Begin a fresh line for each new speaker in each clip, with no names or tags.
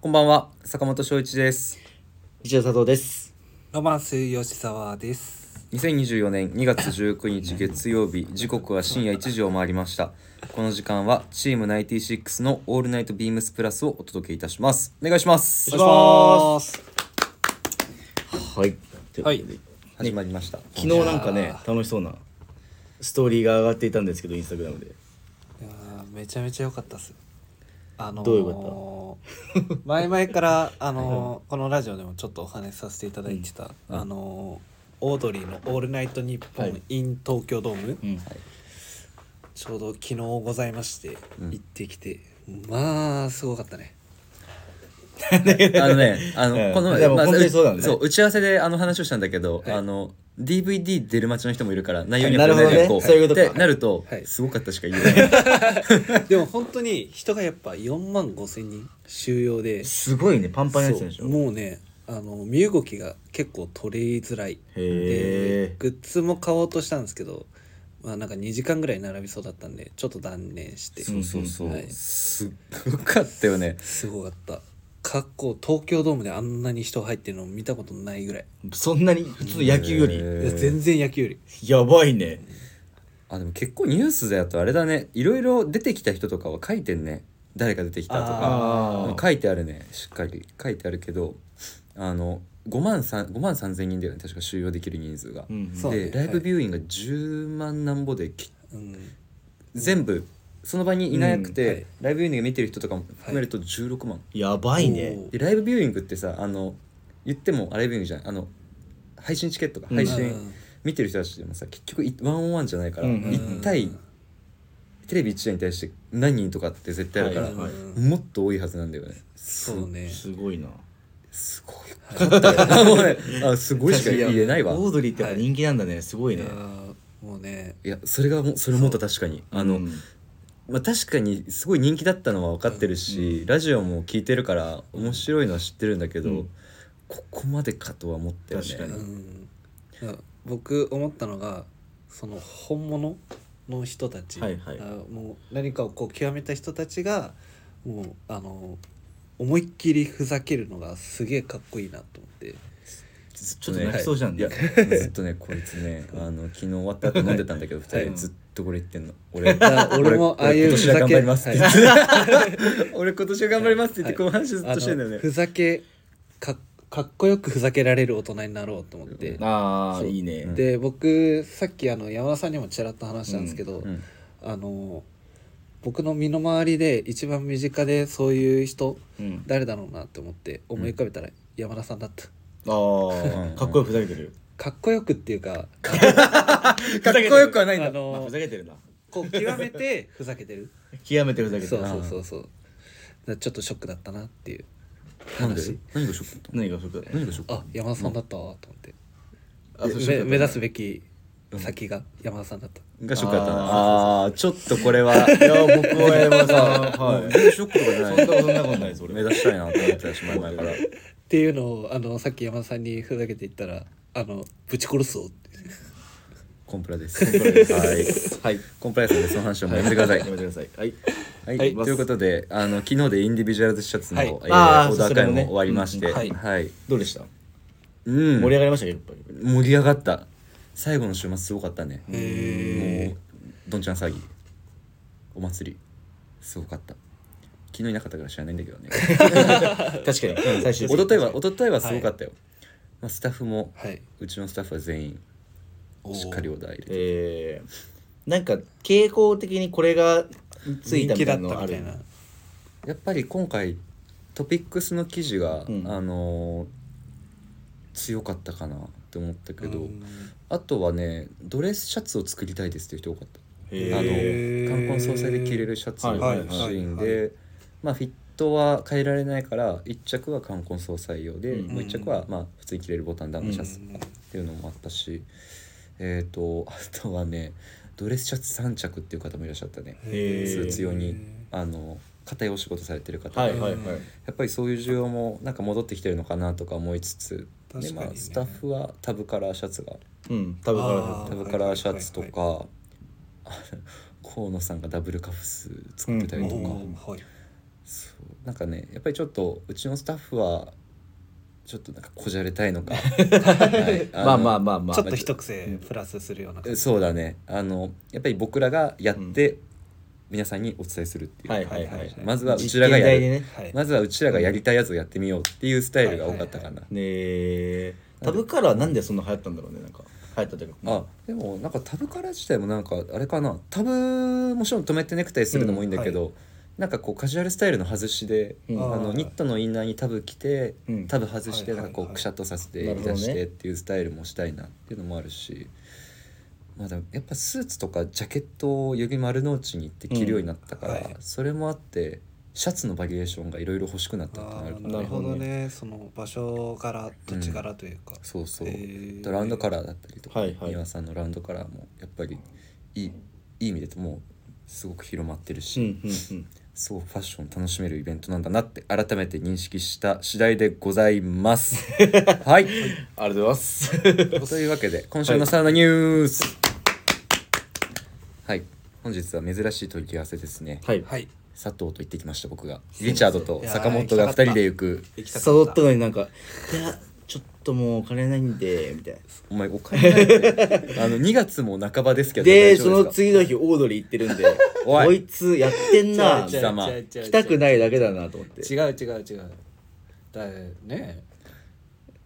こんばんは、坂本翔一です。
一田佐藤です。
ロマンス吉沢です。
2024年2月19日月曜日、時刻は深夜1時を回りました。この時間はチーム96のオールナイトビームスプラスをお届けいたします。お願いします。
す。はい。ということで
はい
始まりました。
昨日なんかね楽しそうなストーリーが上がっていたんですけどインスタグラムで。
いやーめちゃめちゃ良かったっす。あのー
どう良
前々からあのーこのラジオでもちょっとお話しさせていただいてた、あのーオードリーの「オールナイトニッポ
は
ン
い
in 東京ドーム」
うん。
ちょうど昨日ございまして
ん
行ってきて、まあすごかったね。
あのね、あ
う
の、
ん
この前、
でも本当にそうだね
打ち合わせであの話をしたんだけど、
はい
あの、DVD 出る待ちの人もいるから、内容には
はい
触れないで
なる
こ
ほどね
う。
そういうことか
ってなると
は、い
すごかったしか言えない。
でも本当に人がやっぱ4万5千人収容で。
すごいねパンパンのやつでし
そう
ょ。
もうねあの身動きが結構取りづらい
へ
で
ー
グッズも買おうとしたんですけどまあなんか2時間ぐらい並びそうだったんでちょっと断念して
そうそうそう
はい
すっごかったよね。
すごかった過去東京ドームであんなに人入ってるの見たことないぐらい
そんなに普通の野球よ
へ
り
ー
いや全然野球より
やばいね。
あでも結構ニュースだとあれだねいろいろ出てきた人とかは書いてんね誰が出てきたとか
あ
書いてあるねしっかり書いてあるけどあの5万 ,3 5万3千人だよね確か収容できる人数が、
うん
そう
で
ね
ライブビューイングが10万なんぼでき
うん
全部その場にいなくて、
うんはい
ライブビューイング見てる人とかも含めると16万、
やばいね
お。ー
でライブビューイングってさあの言ってもあライブビューイングじゃないあの配信チケットか
うん
配
う
信、
ん
見てる人たちでもさ結局いワンオンワンじゃないから、
うん
一
うん
1対テレビ1台に対して何人とかって絶対あるから、
はいはい
もっと多いはずなんだよね
そうね
すごいな。
すごい よかったよあもうねあすごいしか言えないわ
オードリーってやっぱ人気なんだね。すごい
い
ね
や。ーもうね
いやそれがもそれもた確かにあの、
うん
まあ、確かにすごい人気だったのは分かってるし、ラジオも聞いてるから面白いのは知ってるんだけど、
うん
ここまでかとは思ったよね
確かに
うんだから僕思ったのがその本物の人たち、
はいはい
あもう何かをこう極めた人たちがもうあの思いっきりふざけるのがすげえかっこいいなと思って
ちょっと泣きそうじゃん
いや
ね。
ずっとねこいつね あの昨日終わった後飲んでたんだけど二人でずっとこれ言ってんの 俺
や俺もああい
俺
う
今年は頑張りますって言って、俺今年は頑張りますって言ってこの話ずっ
あ
としてんだよ
の
ね
ふざけかかっこよくふざけられる大人になろうと思って、
ああ
そう
いいね。
で僕さっきあの山田さんにもちらっと話したんですけど、
うん
あの僕の身の回りで一番身近でそういう人
うん
誰だろうなって思って思い浮かべたら山田さんだった、
あ
うん
あかっこよくふざけてる。
かっこよくっていうか
かっこよくはないんだ
あ
まあ
の
ふざけてるな。
こう極めてふざけてる
極めてふざけて
そ
る
う
な。
そうそうそうだからちょっとショックだったなっていう
なんで何がショックだったの
何がふざけ
何がショックだっ
あ山田さんだったわと思って、
あそうショックだ
め
った
目指すべき先が山田さんだった、
たがショックだったな
あ
ああーちょっとこれはい
や僕は山田さん
もう
はい
全然ショックとかじゃ
そ
な
んないことそんなことないです
目
俺
指したいなと思ってたし前々から
っていうのをあのさっき山田さんにふざけて言ったらあのぶち殺すぞって
コンプラです
はいはい
コンプライアンスでその話はもうやめてください
やめてくださいはい
はい、
はい
ということであの昨日でインディビジュアルズシャツの、
はい
えー
あー
オーダー
それ
会
も
も
ね
終わりまして、
うんはい
はい、
どうでした
うん、
盛り
盛
上がりましたかやっぱり
り上がった最後の週末すごかったね
へ
もうどんちゃん騒ぎお祭りすごかった昨日いなかったから知らないんだけどね
確かに最終
一昨日は一昨日はすごかったよ、まあ、スタッフも
はい、
うちのスタッフは全員しっかりオーダー入れて
えーなんか傾向的にこれがついた
人
み
気
たいな
だったみ
の
た
あ
い
る
な
やっぱり今回トピックスの記事が、
うん
あのー強かったかなって思ったけど、
うん
あとはねドレスシャツを作りたいですっていう人多かったあ
へ
へ
の
ー
冠婚葬祭で着れるシャツの
はい
シ
はい
ーン
はいは
でまあフィットは変えられないから1着は冠婚葬祭用で、
うん
もう1着はまあ普通に着れるボタンダウンのシャツ
う
っ
ん
ていうのもあったし、えっ、とあとはねドレスシャツ3着っていう方もいらっしゃったね
へー
スーツ用に
へー
あの固いお仕事されてる方、
はいはいはい
やっぱりそういう需要もなんか戻ってきてるのかなとか思いつつ、で
確かにね
まあ、スタッフはタブカラーシャツが
うん多分
あー
タブカラーシャツとか、あの河野さんがダブルカフス作ってたりとか、
おーはい
そうなんかねやっぱりちょっとうちのスタッフはちょっとなんかこじゃれたいのか、はい
まあまあ
の
まあまあ
ちょっと一癖プラスするような感じ
そうだねあのやっぱり僕らがやって、皆さんにお伝えするっていう、
はいはいはい
まずはうちらがやる
実験台でね
はい
まずはうちらがやりたいやつをやってみようっていうスタイルが多かったかな、
ねえタブカラーなんでそんな流行ったんだろうねなんか流行ったというか
あでもなんかタブカラー自体もなんかあれかなタブもちろん止めてネクタイするのもいいんだけど、なんかこうカジュアルスタイルの外しで、
うん
あのニットのインナーにタブ着て、
うん
タブ外して
はい
な
はい
ん
はい
かこうくしゃっとさせて
なるほ
出
どね
してっていうスタイルもしたいなっていうのもあるし、まあでもやっぱスーツとかジャケットをより丸の内に行って着るようになったから、
うんはい
それもあってシャツのバリエーションがいろいろ欲しくなったって
あ
なるか
ー
も
な
な
る
る
ほ
ほ
ど
どね
ねその場所柄土地柄というか、
そうそう、
へー
ラウンドカラーだったりとか、
はいはい
丹羽さんのラウンドカラーもやっぱりいいいい意味でもうすごく広まってる
う
し、
んうんうん
すごくファッション楽しめるイベントなんだなって改めて認識した次第でござい ます。はい、
ありがとうございます
というわけで今週のサウナニュースはい、本日は珍しい取り合わせですね。
はい
はい
佐藤と行ってきました僕がリチャードと
いやー
坂本が2人で行く
行きた
誘
か
っ
った
のになんか「いやちょっともうお金ないんで」みたいな
お前お金ないよね あの2月も半ばですけど
で
大丈
そ
夫
の
ですか
次の日オードリー行ってるんで
おい
こいつやってんな
違う違う
違う違う違う
来たくないだけだなと思って
違う違う違うだねえ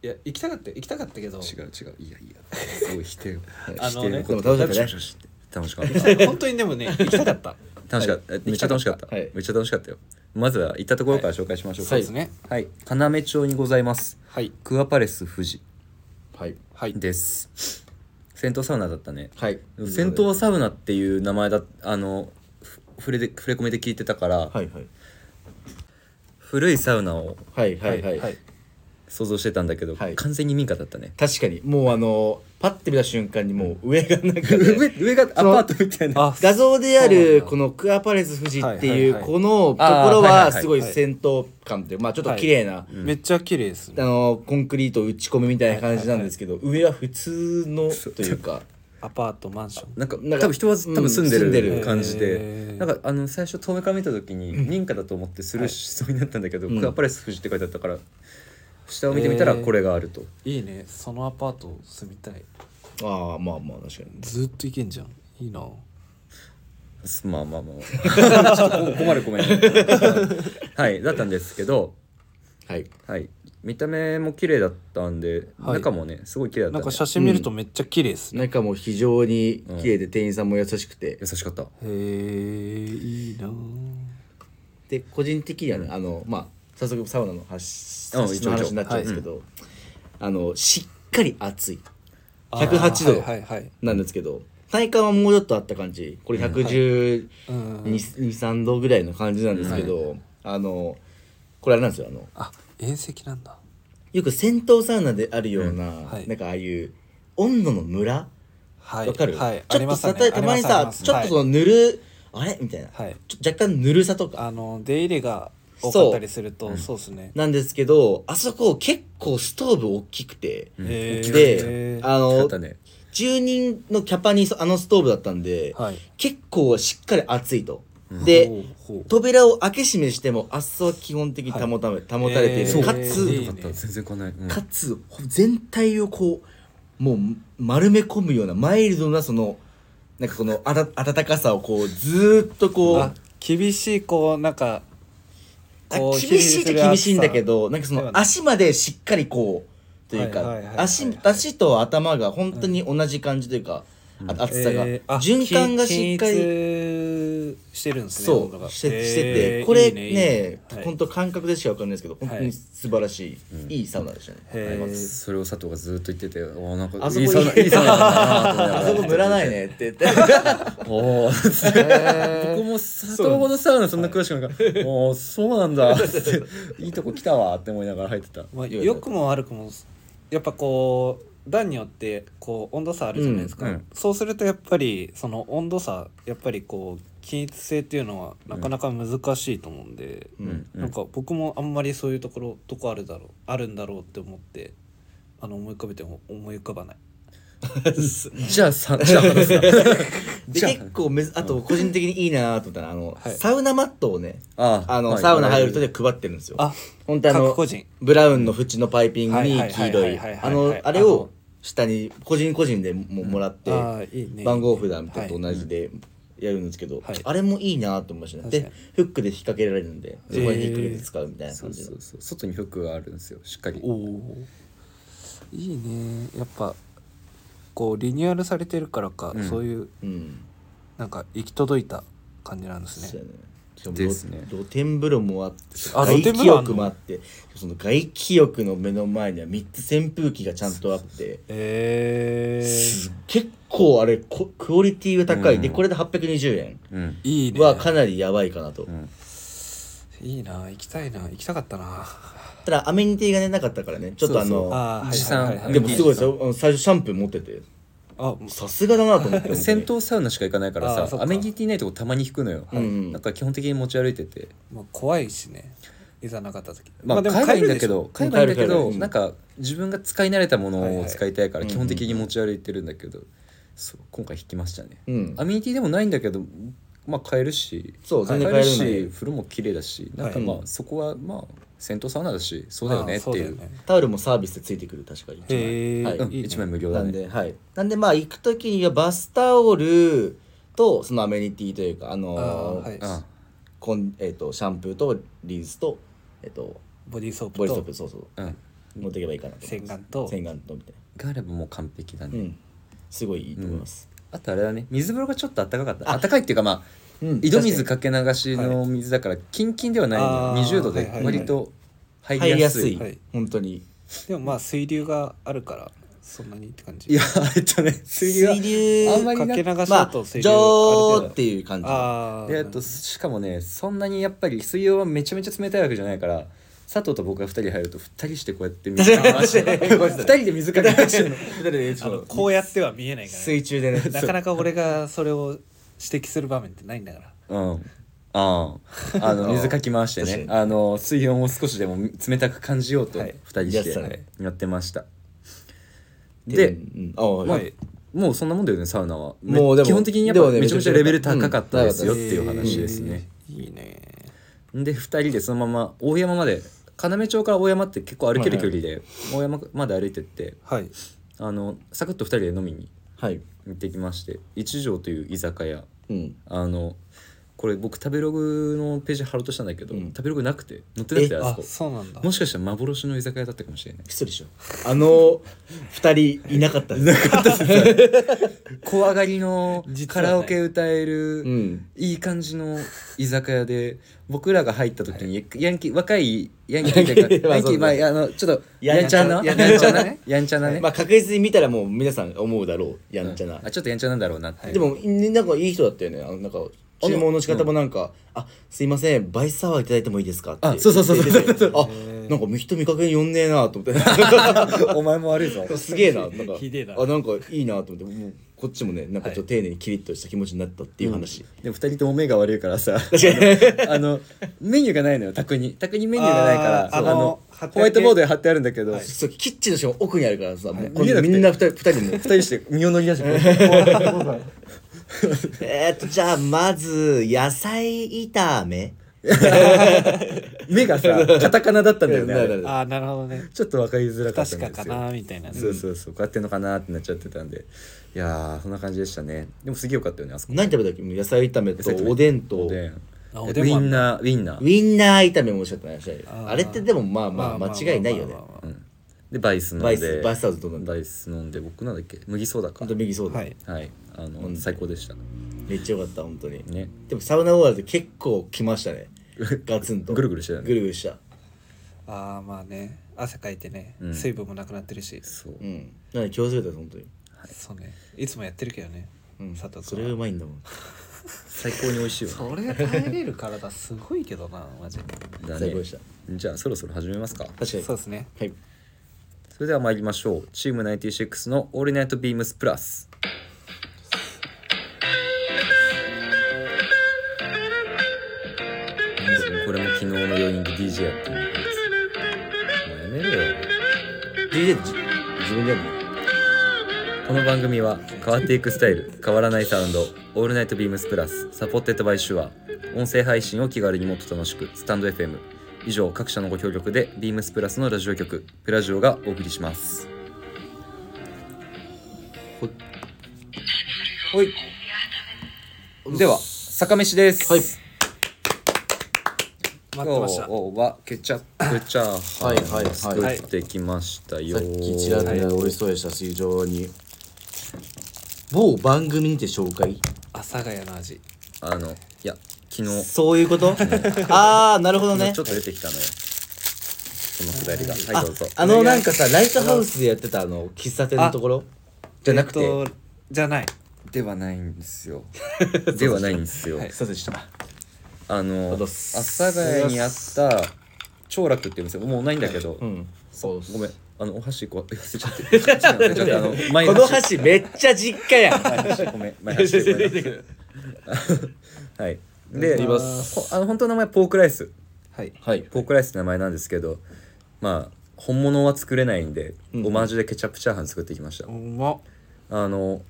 いや行きたかった行きたかったけど
違う違ういやいやすごい否 定を
あ
否定
のね
の
で
こ
も
と
楽しかったね
楽しかった楽
本当にでもね行きたかった
しかっためっちゃ楽しかった
はい
めっちゃ楽しかったよまずは行ったところから紹介しましょうか
そうですね
はい要町にございます
はい
クアパレス富士
はい
はい
です銭湯サウナだったね
はい
銭湯サウナっていう名前だあのふ触れで触れ込みで聞いてたから
はいはい
古いサウナを
はいはいはい、
はい
想像してたんだけど
はい
完全に民家だったね
確かにもうあのパッて見た瞬間にもう上がなんか、ね、
上上がアパートみたいな
あ
画像であ
そうなん
る
だ
このクアパレス富士ってい
は
う
いはいはい
このところ
あーはいはいは
はいすごい戦闘感というまあちょっと綺麗な、
めっちゃ綺麗です
あ
ね
のコンクリート打ち込みみたいな感じなんですけど、上は普通のというか
アパートマンション
なんか
なんか
多分人は
うん
多分住んで
住んでる
る感じで
へー
なんかあの最初遠目から見た時に民家だと思ってスルーしそうになったんだけど、
うん
クアパレス富士って書いてあったから下を見てみたら
へー
これがあると、
いいねそのアパート住みたい
ああまあまあ確かに
ずっと行けんじゃんいいな
すまあまあま あちょっと困るごめんはいだったんですけど、
はい
はい、見た目も綺麗だったんで、
はい
中もねすごい綺麗だった、
な
ね、
んか写真見るとめっちゃ綺麗ですね
中も非常に綺麗で店員さんも優しくて、
優しかった
へえいいな
で個人的にはねあのまあ早速サウナの話
うん一応
の話になっちゃうんですけど、あのしっかり暑い108度
はいはいはい
なんですけど体感はもうちょっとあった感じこれ112、
うん
3度ぐらいの感じなんですけど、あのこれあれなんですよあの
あ遠石なんだ
よく銭湯サウナであるような、
はい
なんかああいう温度のムラ
は
わ、
い
かる、
はい
ち
あ
ょ
り
っと
ま
さ
す
た
ね
たまに
あり
さ
ます
ちょっとそのぬる、あれみたいな、
はい
ちょ若干ぬるさとか
あの出入りが多かったりするとそうですね
なんですけどあそこ結構ストーブ大きくて、
うん
へー
であ
よか
の
ったね
10人のキャパにそあのストーブだったんで、
はい
結構しっかり暑いと。で、
ほうほう
扉を開け閉めしても暑さは基本的に保た,、保たれている、
えー
か
そう
つ
よかった全然来ない、うん
かつ全体をこうもう丸め込むようなマイルドなそのなんかこのあた暖かさをこうずーっとこう
あ厳しいこうなんか
あ
こう
厳しいっちゃ厳しいんだけどなんかそ
で
の
はない
足までしっかりこうという
はいは
か
いはいはい
足足と頭が本当に同じ感じというか、あ暑さが、循環がしっかり。
りしてるんですね
そ
温度
う
が
してして
へ
て
ー
これ
いいいい
ね
はい
本当感覚でしか分かんないですけど本当に素晴らしいいいサウナでしたね
へー
それを佐藤がずっと言ってておーなんか
あそ
い
こ
いサウナいいサウナだなと思いなが
あ
ら
そこ塗らないねって言って
おお僕も佐藤ほどサウナそんな詳しくないから、おおそうなんだっていいとこ来たわって思いながら入って た
まあ、良くも悪くもやっぱこう段によってこう温度差あるじゃないですか、
うんうん
そうするとやっぱりその温度差やっぱりこう均一性っていうのはなかなか難しいと思うんで、
うん
うん
なんか僕もあんまりそういうところどこあるだろうあるんだろうって思ってあの思い浮かべても思い浮かばない
じゃあさじゃあ話すな
で
じゃあ
結構めずあと個人的にいいなと思ったらあの、
はい
サウナマットをね
あ
あの、
はい
サウナ入る人で配ってるんですよ
あ
本当あの
各個人
ブラウンの縁のパイピングに
はい
黄
はい
色
はいはい
い
はいはい
あのあれを下に個人個人でももらって、
あーいいね
番号札みたいなのと同じでやるんですけど、
はい
あれもいいなと思いましたね
確か
でフックで引っ掛けられるんでそこに引っ掛けて使うみたいな
そ
感
う
じの、
そうそう外にフックがあるんですよしっかり
おおいいねやっぱこうリニューアルされてるからか、
うん
そういう
うん
なんか行き届いた感じなんで
そ
す
うや
ね
ねしかも
ですね
露天風呂もあって
あ
外
露天
気
風呂あんの
浴もあってその外気浴の目の前には3つ扇風機がちゃんとあって
えー、
結構あれこクオリティが高い、で
うん
これで820円
うん
いいね
はかなりやばいかなと、
うん
いいな行きたいな行きたかったな
ただアメニティがねなかったからねちょっとあ
そうそ
の
う
あー
持参
はいはいはい
でもすごいですよあの最初シャンプー持ってて
あ
さすがだなと思って
戦闘サウナしか行かないか
あ
ら
ーそっ
さ
か
アメニティないとこたまに引くのよ、
うんうん
なんか基本的に持ち歩いてて
まあ、怖いしねいざなかった時
まあ
でも
買えばいいん
る
だ
で
け
しょ
ど買えばいいんだけ
買える買
ど
える
なんか自分が使い慣れたも
はい
のを
はい
使いたいから
うんうん
基本的に持ち歩いてるんだけどそう今回引きましたね
うん
アメニティでもないんだけどまあ買えるし
そう
買
全
え
然
る
買える
し
んで
風呂も綺麗だしなんか
はい
まあそこはまあ戦闘サウナだしそうだよね
あ
って
そだ
い
よ
う
ね
タオルもサービスでついてくる確かに
へー
はい
うん
いいね
一枚無料
な
だ
ん
ね
で、はい。なんで、まあ、行くときにはバスタオルと、そのアメニティというか、あの
あーはい
あ
こんえっ、と、シャンプーとリンスと、えっ、と、
ボディーソープ
ボイストッ
と
プ、そうそう、
うん
持っていけばいいかなと思いま
洗
す。
顔と
洗顔と、みたい
があればもう完璧だ
な。う
ね
ん。すごいいいと思います。
あとあれだね水風呂がちょっと暖かかった暖かいっていうかまあ
うん
井戸水かけ流しの水だからキンキンではないの
あ
よ
ー
20度
はい
で
はいはい
割と入
入
り
り
や
や
す
す
い
い。
はい
本当に。
でもまあ水流があるからそんなにって感じ
いやえっとね水流は
流
あんまり
かけ流し
ま
だ
あ、ジ
と水
ョ
流ある程度
ーっていう感じ。
あー
であとしかもねそんなにやっぱり水温はめちゃめちゃ冷たいわけじゃないから佐藤と僕が2人入ると2人してこうやって水かけ 回して2人で水かけ回してるの
だって
あ
そ
の
う
こうやっては見えないからね、
水中でね。
なかなか俺がそれを指摘する場面ってないんだから
うんあああの水かき回して
確
ね
か
あの水温を少しでも冷たく感じようと
はい
2人して
やってたね
はいやってました
で、う
で
ん、あはい。
はい
もうそんなもんだよねサウナはめ
もうでも
基本的にやっぱ
でもね
めちゃめちゃレベル高かったですよ
う
っ
ん
ていう話ですね、
えーいいね
で2人でそのまま大山まで要町から大山って結構歩ける距離で大山まで歩いてって
はい
あのサクッと2人で飲みに
はい。
行ってきまして一条という居酒屋
うん。
あのこれ僕食べログのページ貼ろうとしたんだけど、
うん
食べログなくて載ってなくて
え
あ
あ
そこ
そうなんだ
もしかしたら幻の居酒屋だったかもしれない
失礼しよう。あの、二人いなかったです。
小上がりの
実
カ
はね
ラオケ歌える、
うん。
いい感じの居酒屋で僕らが入った時にヤンキー若いヤンキーというか
ヤ
ヤン
ンキ
キー
ーま
ま
あ
あ
そう
あのちょ
だ
っと
や
や
ん
ん
ち
ち
ゃ
ゃ
な
なやんちゃ
やんちゃな
な
ね
やんちゃなね
まあ確実に見たらもう皆さん思うだろうやんちゃな、
あちょっとやんちゃなんだろうなって
でもなんかいい人だったよねあのなんか注文の仕方もなんか「あすいませんバイスサワーいただいてもいいですか?」って
あそうそうそうそう
言ってて
そう
あなんか人見かけに呼んねえなと 思っ
お前も悪いぞ
てすげえななんか
ひでえな
あなんかいいなと思ってもうこっちもねなんかちょっと丁寧にキリッとした気持ちになったっていう話、
でも2人とも目が悪いからさ
確かに
あのメニューがないのよ卓に卓にメニューがないから
あー
そう
あの貼ってある
ホワイトボードで貼ってあるんだけど、
そうキッチンの人も奥にあるからさ、もうこ
見えなく
のみ
て
んな二人二人も
2人して身を乗り出して
えーっとじゃあまず野菜炒め
目がさカタカナだったんだよねあれ
あーなるほどね
ちょっと分かりづら
不
かったん
確
で
か
すよ
かなみたいなね
そうそうそうこうやってんのかなってなっちゃってたんでいやーそんな感じでしたねでもすげえよかったよねあそこ
何食べたっけ野菜炒め
野菜炒
と
め
おでんと
おでん
あ
ウ
おでんも
ィ
あん
ン
だ
ナーウィンナ
ウ
ー
ィンナー炒めも美味しかったね確か
あ
に
ー
あれってでもまあまあ間違いないよね
まあまあまあま
でバイス飲ん
バイ
で
スバイスターズと飲んで
バイス飲んで僕なんだっけ麦ソーダか
本当右そうだ、
あはい
はいあ
飲ん
の
で
最高でした
めっちゃよかった本当に
ね
でもサウナ終わりで結構来ましたねガツンと
ぐるぐるしてたね
ぐるぐるした
あーまあね汗かいてね、
うん
水分もなくなってるし
そう
うんなので気をつけたよ本当に
そうねいつもやってるけどね、
うん
佐藤
それがうまいんだもん
最高に美味しいわ
それ耐えれる体すごいけどなマジで
だ
最
ね
高でした
じゃあそろそろ始めますか
確かに
そうですね
はい
それでは参りましょうチーム96の「オールナイトビームスプラス」これも昨日の余韻で DJ やってるんですもうやめるよ
DJ って自自分でやるの
ここの番組は変わっていくスタイル変わらないサウンドオールナイトビームスプラスサポッテッドバイシュア音声配信を気軽にもっと楽しくスタンド FM 以上各社のご協力でビームスプラスのラジオ局プラジオがお送りしますほほいでは坂飯です、
はい
今
待ってました
日はケチャップチャー
はいはい
ハン
はい
を作ってきましたよ
さっきちらっと美味しそうでしたし非常に某番組にて紹介
阿佐ヶ谷の味
あのいや昨日
そういうことああなるほど
昨
ね
日ちょっと出てきたのよそのくだりがはいどうぞ
あのなんかさライトハウスでやってたあの喫茶店のところじゃなくて、
えっとじゃない
ではないんですよ ではないんですよ、
すいませんでした
あの
あ
阿
どうっす
佐ヶ谷にあった長楽っていう店もうないんだけど、
うんそう
ごめんあのお箸こう忘れちゃって忘れちゃってあの前
この箸めっちゃ実家やん
前箸ごめん前箸 ごめんはいで
います
ほあの本当の名前ポークライス
はい
はい
ポークライスって名前なんですけどまあ本物は作れないんで、
うん
オマージュでケチャップチャーハン作ってきました
うまっ
あの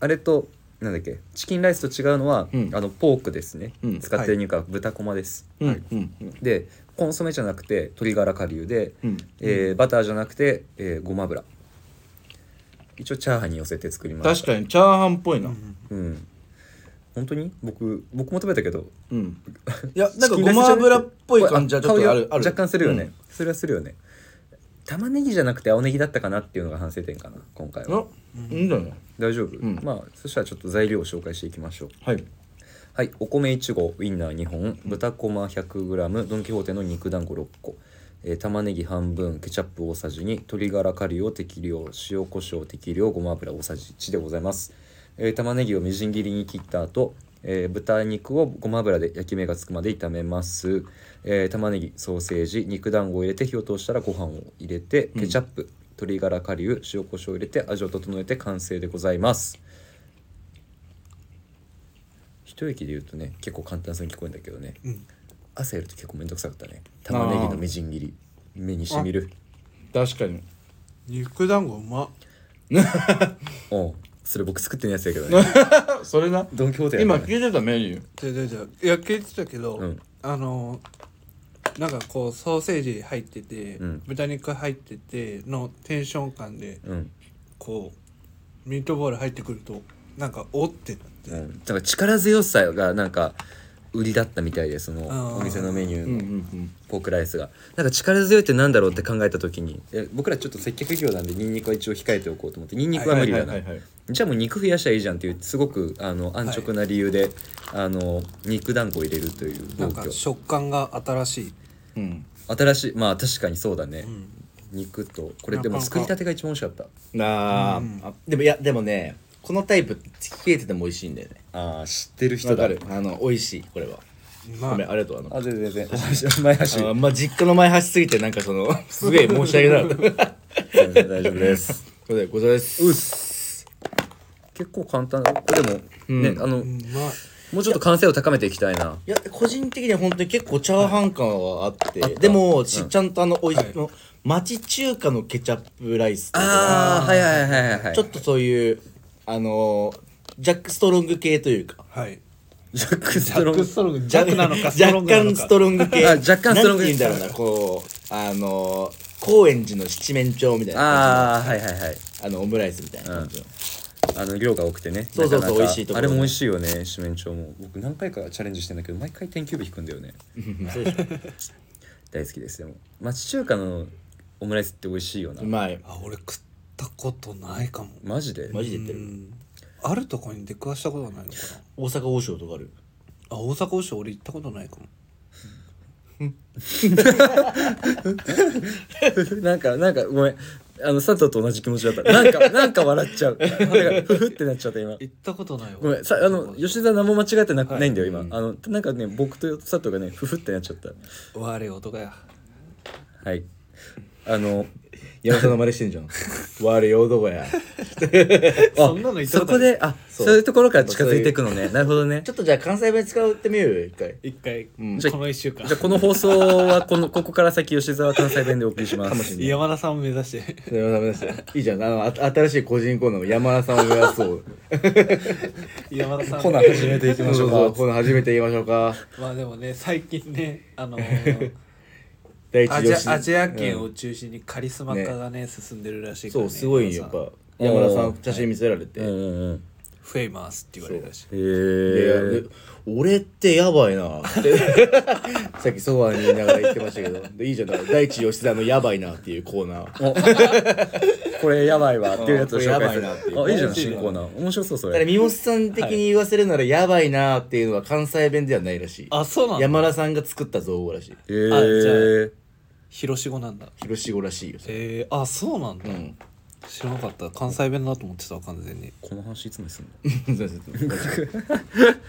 あれとなんだっけチキンライスと違うのは、
うん
あのポークですね、
うん
使ってる肉は豚こまです、
うん
はい
うん
でコンソメじゃなくて鶏ガラ顆粒で、
うん
えーバターじゃなくて、えーごま油一応チャーハンに寄せて作りまし
確
た
かにチャーハンっぽいな
かにうん本当に僕僕も食べたけど
うんいやなんかごま油っぽい感じはちょっとある
香りは
ある
若干するよね、
うん
それはするよね玉ねぎじゃなくて青ネギだったかなっていうのが反省点かな今回は
あいいんじゃない
大丈夫、
ん
まあそしたらちょっと材料を紹介していきましょう
はい
はい、お米1合ウインナー2本豚こま 100g ドン・キホーテの肉団子6個、えー玉ねぎ半分ケチャップ大さじ2鶏ガラ顆粒を適量塩コショウ適量ごま油大さじ1でございます、えー玉ねぎをみじん切りに切った後、えー豚肉をごま油で焼き目がつくまで炒めます、えー玉ねぎソーセージ肉団子を入れて火を通したらご飯を入れてケチャップ、鶏ガラ顆粒塩コショウを入れて味を整えて完成でございます一息で言うとね結構簡単そうに聞こえるんだけどね、
ん
朝やると結構めんどくさかったね玉ねぎのみじん切り目にしみる
確かに
肉団子うまっ
おうそれ僕作ってないやつだけど ね
あそれな
ドン・キホーテや
今
から
聞いてたメニュー
じゃじゃじゃいや聞いてたけど、
うん
あのなんかこうソーセージ入ってて、
うん
豚肉入っててのテンション感で
うん、
こうミートボール入ってくるとなんかおってなって、
うん、だから力強さがなんか売りだったみたいでそ
あー
のお店のメニュー
うんうん
の
うん
ポークライスがなんか力強いってなんだろうって考えた時にえ僕らちょっと接客業なんでニンニクは一応控えておこうと思ってニンニクは無理だな
はいはいはいはい
じゃあもう肉増やしたらいいじゃんっていうすごくあの安直な理由で、あの肉団子を入れるという動
なん
機
か食感が新しい、
うん
新しいまあ確かにそうだね、
うん、
肉とこれでも作りたてが一番美味しかった
なあ
うん
あでもいやでもねこのタイプ冷えてても美味しいんだよね
ああ知ってる人
わ
だ
かるあの美味しいこれは
ま
ごめん
あ
ありがとうあの
あ全然全然前足
あまあ実家の前走すぎてなんかそ のすげえ申し訳 ない
全然大丈夫です
それでございます
うっす結構簡単これでも、
うん
ねあの
うまい
もうちょっと完成度高めていきたいない
や個人的には本当に結構チャーハン感はあって、
はい
でも、し
うん
ちゃんとあの美味し
はい
い、の町中華のケチャップライスとか
ああはいはいはいはいはい
ちょっとそういうあのジャックストロング系というか
はい
ジャックストロング
ストロングジャックな のかスト
若
ロングなの
干
か
ストロング系
あ若干ストロング
なんて言うんだろうなこうあの高円寺の七面鳥みたいな感
ああはいはいはい
じのあのオムライスみたいな感じの、
あの量が多くてね
そうそうそう
なかなか
美味しいとこ
あ
ろ
れも美味しいよね四面鳥も僕何回かチャレンジしてんだけど毎回天球日引くんだよね
そうでしょ
大好きですでも町中華のオムライスって美味しいよな
うまい
あ俺食ったことないかも
マジで
マジで言って
う
る
んあるとこに出くわしたことないのかな
大阪王将とかある
あ大阪王将俺行ったことないかも
なんか、なんか、ごめん。あの、佐藤と同じ気持ちだった。なんか、なんか笑っちゃう。なんか、ふふってなっちゃった、今。
行ったことないわ
ごめん。さ、あの、吉田何も間違ってなく、
はい
ないんだよ、今。あの、なんかね、僕と佐藤がね、ふふってなっちゃった。
我男や
はい。あの
山田の真似してんじゃ ん悪い男や
あ
そんなの言った
そ
こと
こ
ない
であ
そ
そうういうところから近づいていくのねなるほどね
ちょっとじゃあ関西弁使ってみようよ一回
一回、
うん
この一週間
じゃあこの放送はこのここから先吉沢関西弁でお送りしま
かも
す
しれない
山田さんを目指して
山田さんいいじゃんあのあ新しい個人コーナーの山田さんを目指そう
山田さん
コナン始めていきましょうか
そそこの初めて言いましょうか
まあでもね最近ねあ のー
第一
アジ
吉
アアジア圏
う
を
ん
中心にカリスマ化がね進んでるらしいか
そ
ら、ね、
うすごいよやっぱ山田さん写真見せられて、
うんうんうんへ
フェイマースって言われるらしい
え
で俺ってやばいなって さっきソファにいながら言ってましたけどでいいじゃん第一吉沢のやばいなっていうコーナー
これやばいわっていうやつを紹介す
うんこれやばいなってい
る
う
あいいじゃん新コーナー面白そうそ
だから
れ
三本さん的に言わせるならやばいなっていうのは関西弁ではないらしい、
あそうなんだ
山田さんが作った造語らしい
え
あ
ー
広志語なんだ
広志語らしいよそれ
えー、あそうなん だ、
うん
知らなかった関西弁だと思ってた完全に
この話いつもすんの
そうそうそ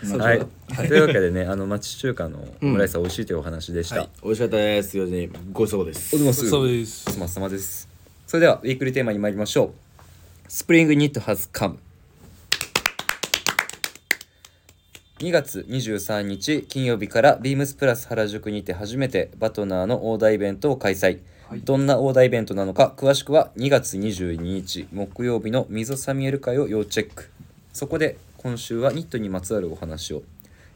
う
そう
はい
そう
というわけでねあの町中華のオムライスは美味しいというお話でした、
はい
美味しかったですよねごちそうです
おでもす
そうです
おつまさまですそれではウィークリーテーマに参りましょうスプリングニットハズカム2月23日金曜日からビームスプラス原宿にて初めてバトナーのオーダーイベントを開催、どんなオーダーイベントなのか詳しくは2月22日木曜日の溝サミエル会を要チェックそこで今週はニットにまつわるお話を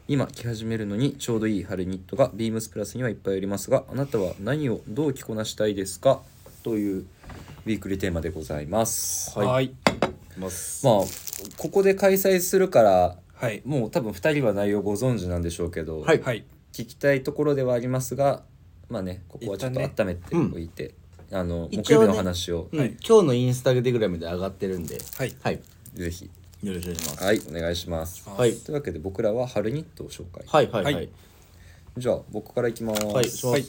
今着始めるのにちょうどいい春ニットがビームスプラスにはいっぱいありますがあなたは何をどう着こなしたいですかというウィークリーテーマでございます、
はいはい、
ます
まあここで開催するから
はい
もう多分2人は内容ご存知なんでしょうけど、
はい
はい
聞きたいところではありますがまあねここはちょっと
一
温めておいて、あの木
一
曜
応ね
日の話を
うん今日のインスタグラムで上がってるんで
はい
はい
ぜひ
よろしくお願いします
はいお願いします
は
はい
というわけで僕らは春ニットを紹介、
はいはいはい
は
はいい
じゃあ僕からいきます、
はいします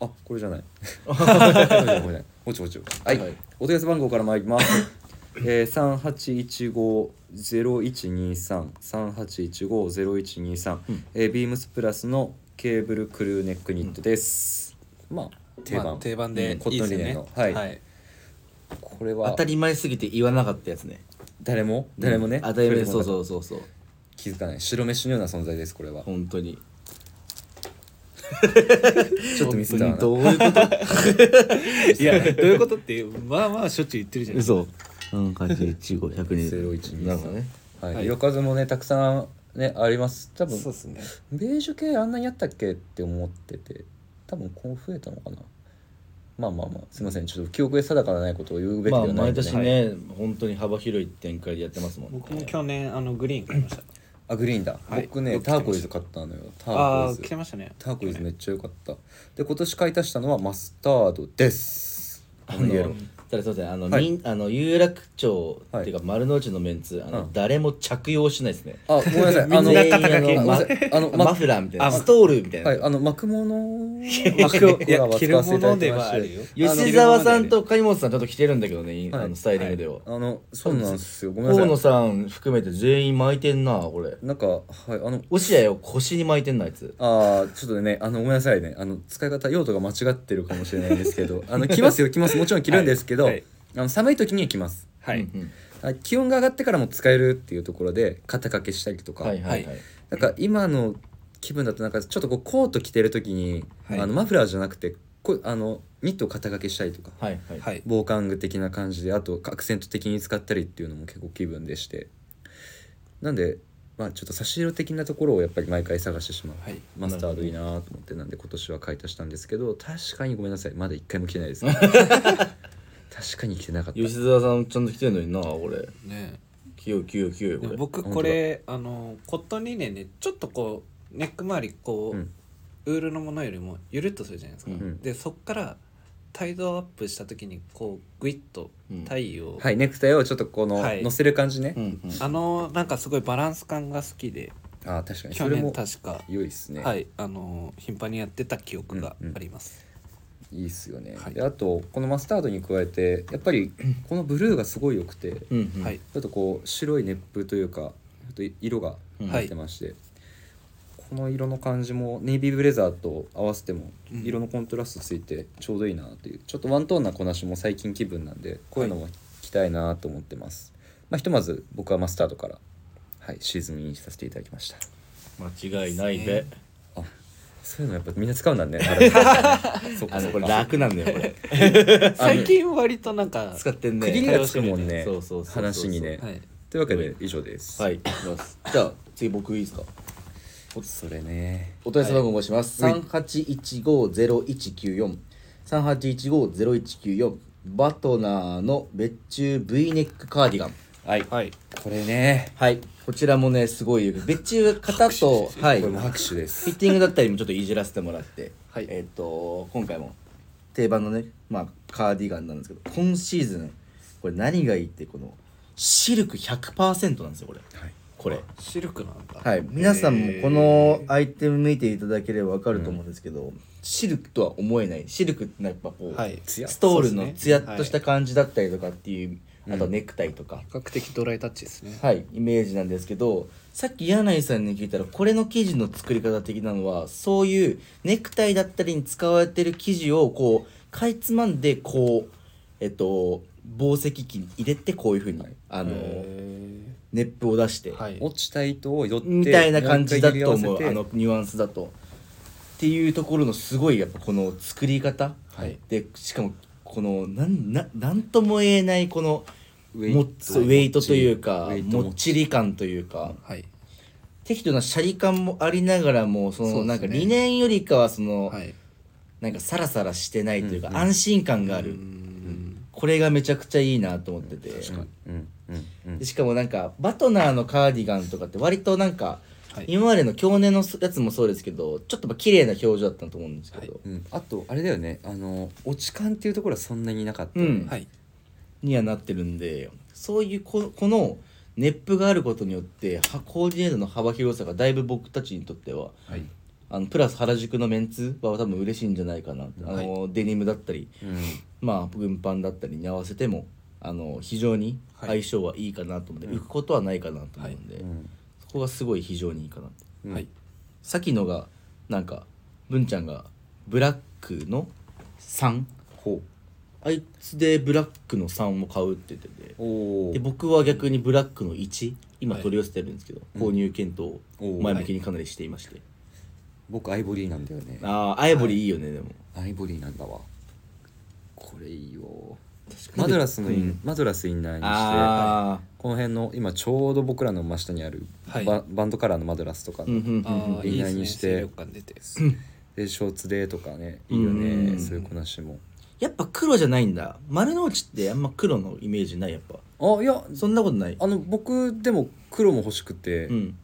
あこれじゃないごめんなさいごめんなさいもちもちもちはい、
はい
お問い合わせ番号から参りますえー、3815-0123 3815-0123、えー、ビームスプラスのケーブルクルーネックニットです、まあ定番、
まあ、定番でい
うんコッ
いで
トン
す
リネ
よ
ン
ね
のはい、
はい、
これは
当たり前すぎて言わなかったやつね
誰も誰もね、
当たり前
触
そう
れてこなか
そ
っ
うそうそう
た気づかない白飯のような存在ですこれは
本当 に
ちょっとミスった
本
な
当にどういうこと
いやどういうことっていうまあまあしょっちゅう言ってるじゃないですか
嘘うんかじ一五百二
0123
なんかね
はい
はい
色数もねたくさんねあります多分
そうですね
ベージュ系あんなにあったっけって思ってて多分こう増えたのかなまあまあまあすいませんちょっと記憶で定かでないことを言うべきで
ま
は
あ
ないんで、
毎年ね、本当に幅広い展開でやってますもんね
僕も去年あのグリーン買いました
あグリーンだ、
はい
僕ね
よく来て
タ
ま
ー
した
コイズ買ったのよター
あ
コ
あ
イ
ー来
ズ
てましたね
ターコイズめっちゃ良かったで今年買い足したのはマスタードです
あ
何やろ
のただすいませんあの、
はい
みんあの有楽町、
はい
っていうか丸の内のメンツあの、
うん
誰も着用しないですね
あごめんな さい
み
あ
ん
の
な
全員
肩掛け
あの
ごめんな
ま
さいあの
マ
ま
フラーみたいな
あ
ストールみたいな、
はいあの幕物を
幕を
僕らは使わせていただいてまし
いや着るものではあるよ
て
吉沢さんと梶本さんちょっと着てるんだけどね、
はい
あのスタイリングでは、
あのそうなんですよごめんな
河野
さ
さん含めて全員巻いてんなこれ
いなんかはいあの
落合を腰に巻いてんなあいつ
ああちょっとねあのごめんなさいねあの使い方用途が間違ってるかもしれないんですけ どあの着ますよ着ますもちろん着るんですけど、
はいはい
あの寒い時には着ます
は
う
い、
んうん
あ気温が上がってからも使えるっていうところで肩掛けしたりとか、
はいはいはい、
なんか今の気分だとなんかちょっとこうコート着てる時に、
はい
あのマフラーじゃなくてこうあのニットを肩掛けしたりとか、
はいはい
はい
防寒具的な感じであとアクセント的に使ったりっていうのも結構気分でしてなんで、まあ、ちょっと差し色的なところをやっぱり毎回探してしまう、
はい
マスタードいいなと思ってなんで今年は買い足したんですけど確かにごめんなさいまだ一回も着てないです 確かに着てなかった
吉沢さんちゃんと着てるのになこれ
ね
着よう着よう着ようよこ
でも
れ
僕これあのコットンリネンでちょっとこうネック周りこう、
うん
ウールのものよりもゆるっとするじゃないですか、
うん
でそっから態度アップした時にこうグイッと
うん
太陽、
はいネクタイをちょっとこの、
はい
乗せる感じね、
うんうん
あのなんかすごいバランス感が好きで
ああ確かに
去
それ
年
も
確か、
良いですね、
はいあの頻繁にやってた記憶があります、
いいっすよね、
はい
であとこのマスタードに加えてやっぱ りこのブルーがすごい良くて
うんうん
はい
ちょっとこう白い熱風というかちょっと色が入ってまして、ここの色の感じもネイビーブレザーと合わせても
うん
色のコントラストついてちょうどいいなっていうちょっとワントーンなこなしも最近気分なんでこういうのも着たいなと思ってます、まあひとまず僕はマスタードからはいシーズンインさせていただきました
間違いないべ
あそういうのやっぱみんな使うんだ ねあれそっ
あ
かそ
の
っ
こ
か
れ楽なんだよこれ
最近割となんか
使ってんね
区切りがつくもんね
そうそうそうそう
話にね
はい
というわけで以上です
はいじゃあ次僕いいですか
それね
お問い合わせ番号申します。三八一五ゼロ一九四、三八一五ゼロ一九四。バトナーの別注 V ネックカーディガン。
はい、
はい
これね
はい、こちらもね、すごい別注型と、はい、
これ
フ
も
ィ
拍手です
ッティングだったりもちょっといじらせてもらって、
はい
えっ、と今回も定番のね、まあカーディガンなんですけど、今シーズンこれ何がいいってこのシルク100%なんですよこれ。
はい
これ。
シルクなんだ
はい、皆さんもこのアイテム見ていただければ分かると思うんですけど、シルクとは思えないシルクってやっぱこう、
はい
ツヤ
ストール
そう
の
ですね
ツヤっとした感じだったりとかっていう
はい
あとはネクタイとか、
比較的ドライタッチですね
はい、イメージなんですけどさっき柳井さんに聞いたらこれの生地の作り方的なのはそういうネクタイだったりに使われてる生地をこうかいつまんでこうえっと紡績機に入れてこういうふうに、あの
へ
熱風を出して、
ーはい
落ちた糸をよって
みたいな感じだと
も
思
う一回切
うあ
り合わ
のニュアンスだと。っていうところのすごいやっぱこの作り方、
はい
でしかもこのなんななんとも言えないこの
せて
もっそうウェイトという
ウ
か
ェイト
もっちり感というか
はい
適度なシャリ感もありながらもその
そうですね
なんか理念よりかはその、
はい
なんかサラサラしてないというか、
うんうん
安心感がある、
うーん
これがめちゃくちゃいいなと思ってて、
確かにうんうんうん
でしかもなんかバトナーのカーディガンとかって割となんか
はい
今までの去年のやつもそうですけどちょっとやっぱ綺麗な表情だったと思うんですけど、
うん、あとあれだよねあの落ち感っていうところはそんなになかった、
うん
はい
にはなってるんでそういうここのネップがあることによってはコーディネートの幅広さがだいぶ僕たちにとっては
はい、
あのプラス原宿のメンツは多分嬉しいんじゃないかな、あのデニムだったりまあ軍パンだったりに合わせてもあの非常に相性はいいかなと思って、浮くことはないかなと思うんで、
うん
そこがすごい非常にいいかなって。
うん
はい
さきのがなんか文ちゃんがブラックの3
ほ
あいつでブラックの3を買うって言ってて
うおお
で僕は逆にブラックの1今
はい
取り寄せてるんですけど、購入検討
お
を
ー
前向きにかなりしていまして、
僕アイボリーなんだよね
ああアイボリーいいよね、でも
アイボリーなんだわこれいいよ
確
マドラスのイン、
うん
マドラスインナーにして
あ
この辺の今ちょうど僕らの真下にある
はい
バ,、バンドカラーのマドラスとか
あうんうん
あ
うんうん
ーいいです
意外
ね
にして
清涼感出て
でショーツでとかねいいよね
うん
そういうこなしも
やっぱ黒じゃないんだ丸の内ってあんま黒のイメージないやっぱ
あいや
そんなことない
あの僕でも黒も欲しくて、
うん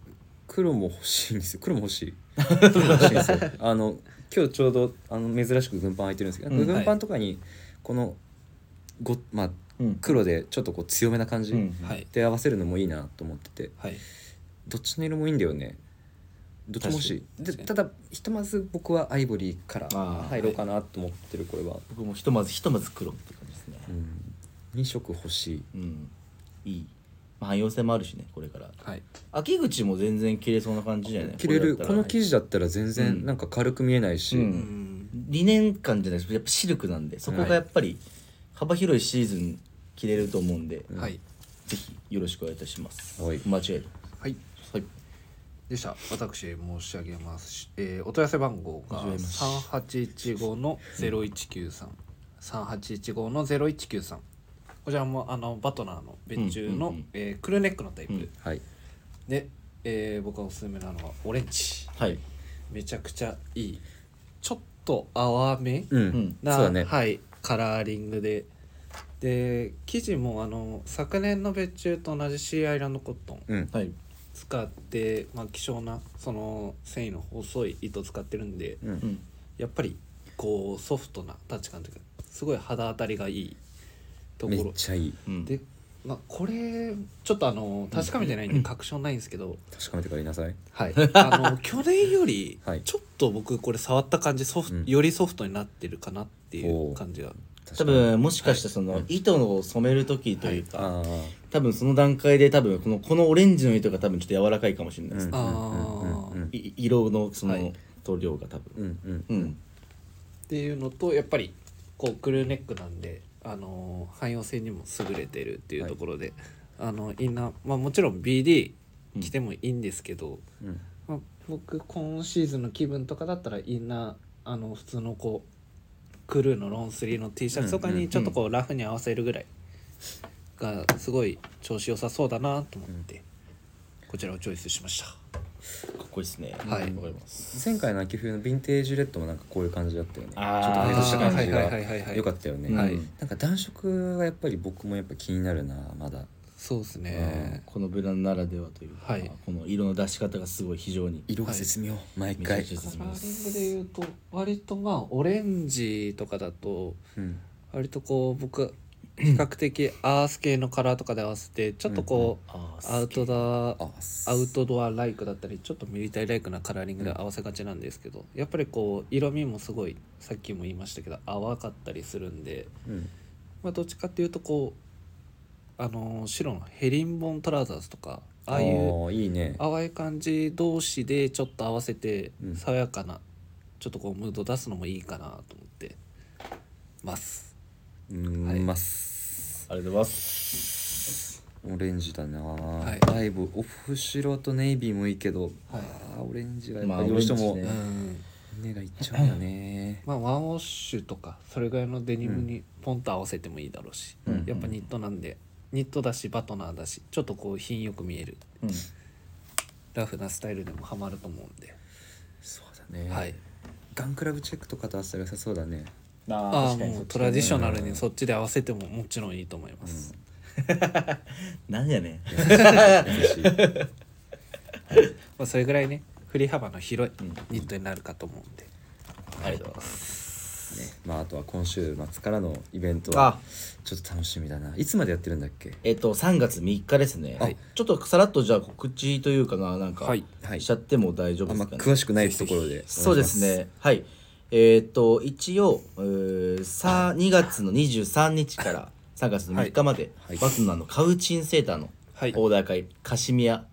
黒も欲しいんですよ黒も欲しい黒も欲しいんですよあの今日ちょうどあの珍しく軍パン履いてるんですけど、
うん
軍パンとかにこのご、まあ、
うん
黒でちょっとこう強めな感じ、
うん
はい
で合わせるのもいいなと思ってて
はい
どっちの色もいいんだよねどっちも欲しいで
確かに
ただひとまず僕はアイボリーから
あー
入ろうかなと思ってるこれは、
僕もひとまずひとまず黒って感じですね
うん、2色欲しい
うんいい、まあ、汎用性もあるしねこれから
はい
秋口も全然着れそうな感じじゃない
着れるこの生
地
地だったら全
う
然
ん
なんか軽く見えないし、
うん
うん
2年間じゃないですやっぱシルクなんでそこがやっぱり幅広いシーズン着れると思うんで、
うん
はい
ぜひよろしくお願いいたします
はい
間違える
はい
はい
でした私申し上げますし、えーお問い合わせ番号が3815の0193、3815の0193こちらもあのバトナーの別注の、
うんうんうん
えークルーネックのタイプ、
うん
はい
で、えー僕がおすすめなのはオレンジ
はい
めちゃくちゃいいちょっと淡め
うん、
ん
そう
な、
だね、
はい、カラーリングでで生地もあの昨年の別注と同じシーアイランドコットン
うん
はい
使って、まあ、希少なその繊維の細い糸使ってるんで
うん
うん
やっぱりこうソフトなタッチ感というかすごい肌当たりがいいとこ
めっ
ろ
ちゃいい
うん
で、まあ、これちょっとあの確かめてないんで確証ないんですけど、
確かめてから言いなさい
はいあの去年より
はい
ちょっと僕これ触った感じソフト、
うん
よりソフトになってるかなっていう感じが
多分もしかしてその糸を染める時というか、
ああ
多分その段階で多分このこのオレンジの糸が多分ちょっと柔らかいかもしれないです、
うん
あ
うんうんうん
ーっ
い色のそ
は
の
い
塗料が多分、
うんうん
うん
ていうのとやっぱりこうクルーネックなんで、あのー汎用性にも優れてるっていうところで、あのインナー、まあ、もちろん BD 着てもいいんですけど、
うん
まあ、僕今シーズンの気分とかだったらインナーあの普通のこうクルーのロンスリーの T シャツとか
うんうんう
に
ん
ちょっとこうラフに合わせるぐらいがすごい調子良さそうだなと思ってこちらをチョイスしました
かっこいいですね
はい
わかります
前回の秋冬のヴィンテージレッドもなんかこういう感じだったよねちょ
あ
っ
ー
とフェードした感じ
はいはいはいはいは
が
い
良かったよね、
はい
なんか暖色がやっぱり僕もやっぱ気になるなまだ
そうですね
このブランドならではというか、
はい
この色の出し方がすごい非常に
色が絶妙、毎
めちゃ
回
くちゃ
カ
進み
ラ
ま
ーリング
す
で言うと割とまあオレンジとかだと
うん
割とこう僕比較的アース系のカラーとかで合わせてちょっとこう
あー
アウトドア
あす
アウトドアライクだったりちょっとミリタリーライクなカラーリングで合わせがちなんですけど、やっぱりこう色味もすごいさっきも言いましたけど淡かったりするんで、
うん
まあ、どっちかっていうとこうあのー白のヘリンボントラウザーズとかああいう
ーいいね
淡い感じ同士でちょっと合わせて
うん
爽やかな、ちょっとこうムード出すのもいいかなと思ってます。
うん、
はい
ます
ありがとうございます
オレンジだな、
い
ライブオフ白とネイビーもいいけど、
はい
あーオレンジがやっ
ま
ぱ
あ
りどうしても
オレンジね
うん
目がいっちゃうんだね
まあ、ワンウォッシュとかそれぐらいのデニムにポンと合わせてもいいだろうし、
うん
やっぱニットなんでニットだしバトナーだしちょっとこう品よく見える
うん
ラフなスタイルでもハマると思うんで、
そうだね、
はい、
ガンクラブチェックとかと合わせたら良さそうだ ね
ああ
ー確かに
もうトラディショナルにそっちで合わせてももちろんいいと思います、
なんやね
まあ、それぐらいね振り幅の広い
うん
ニットになるかと思うんで、
ありがとうございます
まああとは今週末からのイベント
あ
ちょっと楽しみだないつまでやってるんだっけ
えっと3月3日ですね、
はい
ちょっとさらっとじゃあ告知というかななんか
はい
はい
しちゃっても大丈
あ
夫で
んます
かね、
詳しくないところで
そうですねはいえっと一応、えー、さ2月の23日から3月の3日まで、
はい
バトナーのカウチンセーターの
はい
オーダー会、カシミヤ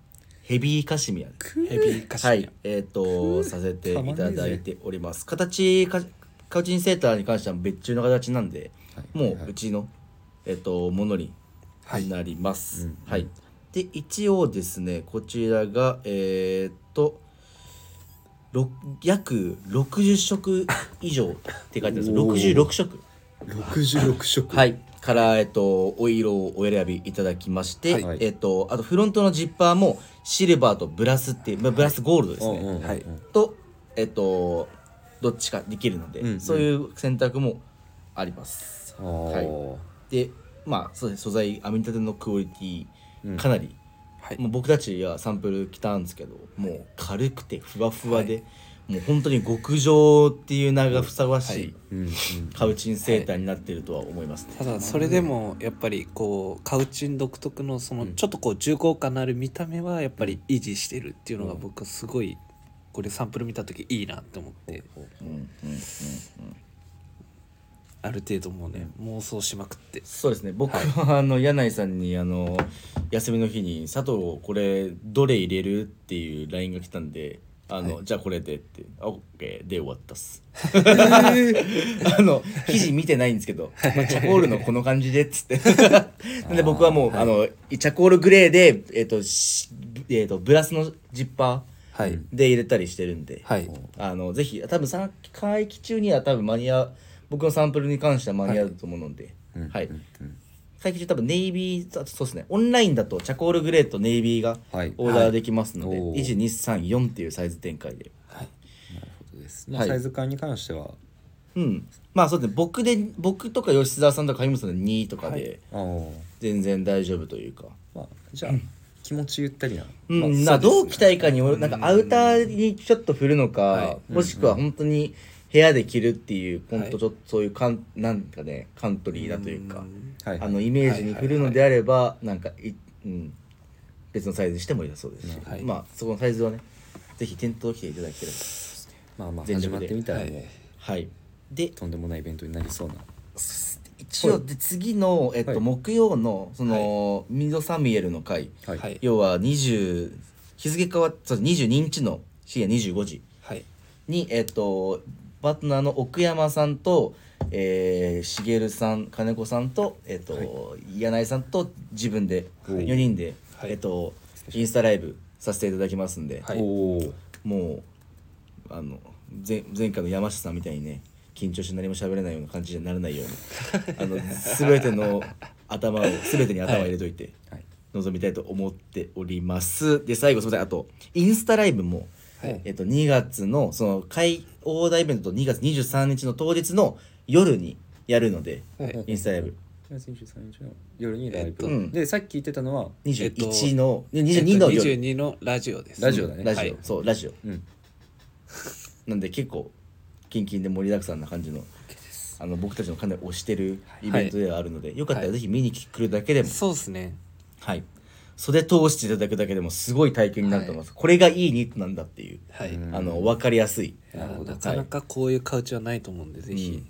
ヘビーカシミヤです
ヘビーカシミ
は
ヤ
い、えっ、と、させていただいております。形、かカウチンセーターに関しては別注の形なんで、
はい
もううちの、えっ、と、ものになります。はい。で、一応ですね、こちらが、えっ、と、ろ約60色以上って書いてあるんです。
おー
66色。
66色
はい、から、えっと、お色をお選びいただきまして、
はい
えっと、あとフロントのジッパーもシルバーとブラスっていう、まあ、ブラスゴールドですね、
うんうんうん
はい、と、えっと、どっちかできるので、
うんうん
そういう選択もあります。
あー
で、まあ、そうです素材、編み立てのクオリテ
うん
ィ、かなり、
はい
もう僕たちがサンプル来たんですけど、もう軽くてふわふわで、もう本当に極上っていう名がふさわしい、
うんうん
カウチンセーターになってるとは思いますね。
ただそれでもやっぱりこうカウチン独特のそのちょっとこう重厚感のある見た目はやっぱり維持してるっていうのが僕すごいこれサンプル見た時いいなって思って
うんうんうん
ある程度もうね妄想しまくって
そうですね僕は あの柳井さんにあの休みの日に「佐藤これどれ入れる?」っていう LINE が来たんで「あのじゃあこれで」って「あオッケーで終わったっ すあの記事見てないんですけど、まあ、チャコールのこの感じでっつって なんで僕はもうあのチャコールグレーで、えっとしえっとブラスのジッパ
は
ーで入れたりしてるんで、
はい
あのぜひ多分さ会期中には多分間に合う僕のサンプルに関しては間に合うと思うので、
うん
はい
うんうん
会期中多分ネイビーとあとそうですねオンラインだとチャコールグレーとネイビーが
はい
オーダーできますので、
はいおー
1234っていうサイズ展開で
そうですね
はい
サイズ感に関しては
うんまあそうですね僕で僕とか吉沢さんとか萩本さんで2とかで
あー
全然大丈夫というか、
まあじゃあ気持ちゆったりな
うん
まあ
などう着たいかによるなんかアウターにちょっと振るのか、もしくは本当に部屋で着るっていう本当ちょっとそういうかんなんかねカントリーだというか、
はい
あのイメージに振るのであれば、なんかい、うん、別のサイズにしてもいいだそうですし、
はい
まあそこのサイズはねぜひ店頭来ていただければ
まあまあ
全
始
力
まっ
で
てみたらもう
はいで
とんでもないイベントになりそうな
そして一応で次の、えっと
はい
木曜のその、ミドサミュエルの回
はい、
はい
要は20日付変わっそう22日の深夜25時
はい
に、えっとパートナーの奥山さんと、えー、茂さん金子さんと、えっと柳井さんと自分で
はい
4人で、
はい
えっとインスタライブさせていただきますんで、
はい
おお
もうあの前前回の山下さんみたいにね緊張して何も喋れないような感じにならないよ うにあの全ての頭を全てに頭を入れといて
はい
臨みたいと思っておりますで最後すみませんあとインスタライブも、
はい
えっと、2月のその会大田イベントと2月23日の当日の夜にやるので
はい
インスタライブ
4月23日の夜にライブ、
えっとうん
でさっき言ってたのは
21の、22の夜、
22のラジオです
ラジオだね
ラジオ、
はい
そうラジオ
うん
なんで結構キンキンで盛りだくさんな感じのあの僕たちのかなり推してるイベントではあるので、よかったら
はい
ぜひ見に来るだけでも、はい
そうですね
袖通していただくだけでもすごい体験になると思います、これがいいニットなんだっていう、
はい
うん
あの分かりやすい
なるほど
なかなかこういうカウチはないと思うんで、ぜ
う
ひ
ん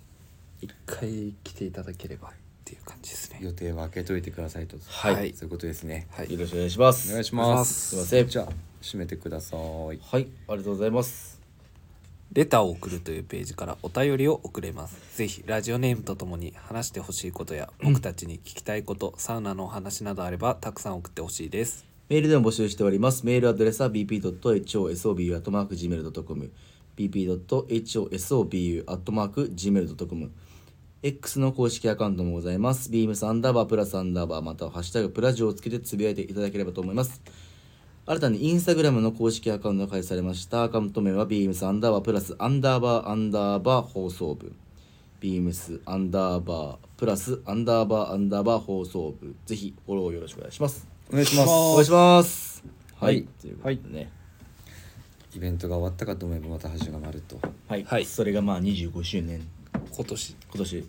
一回来ていただければっていう感じですね。
予定は開けといてくださいと
はい
そういうことですね
はい
よろしくお願いします
お願いし
お願いし
ま
ますす
すいません
じゃあ締めてください
はいありがとうございます
レターを送るというページからお便りを送れます。ぜひラジオネームとともに話してほしいことや僕たちに聞きたいこと、サウナのお話などあればたくさん送ってほしいです。
メールでも募集しております。メールアドレスは bp.hosobu.gmail.com bp.hosobu.gmail.com X の公式アカウントもございます。beams アンダーバープラスアンダーバーまたはハッシュタグプラジオをつけてつぶやいていただければと思います。新たにインスタグラムの公式アカウントが開始されました。アカウント名は beams アンダーバープラスアンダーバーアンダーバー放送部。beams アンダーバープラスアンダーバーアンダーバー放送部。ぜひフォローよろしくお願いします。
お願いします
お願いします。は
はいい。
ということでね。
イベントが終わったかと思えばまた始まると
はい。
はい
それがまあ25周年、
今年
今年。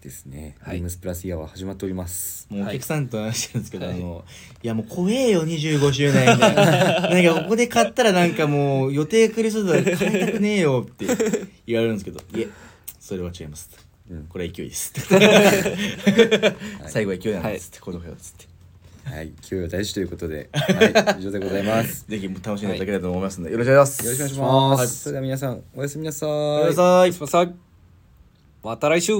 ですね、
はい
ビームスプラスイヤーは始まっており ます
もうお
はい
客さんと話してるんですけど、
はい
あの、いやもう怖えよ、25周年。なんかここで買ったらなんかもう予定来る人だから買いたくねえよって言われるんですけど、いえ、それは違います。
うん
これは勢いです。最後は勢いなんですって、この部屋ですって。
はい給与大事ということ で、はい、以上でございます
ぜひ楽しんでいただければと思いますので、よろしくお願いします。
よろしくお願いします、
はい
それでは皆さんおやすみなさい
おやすみなさい。
また来週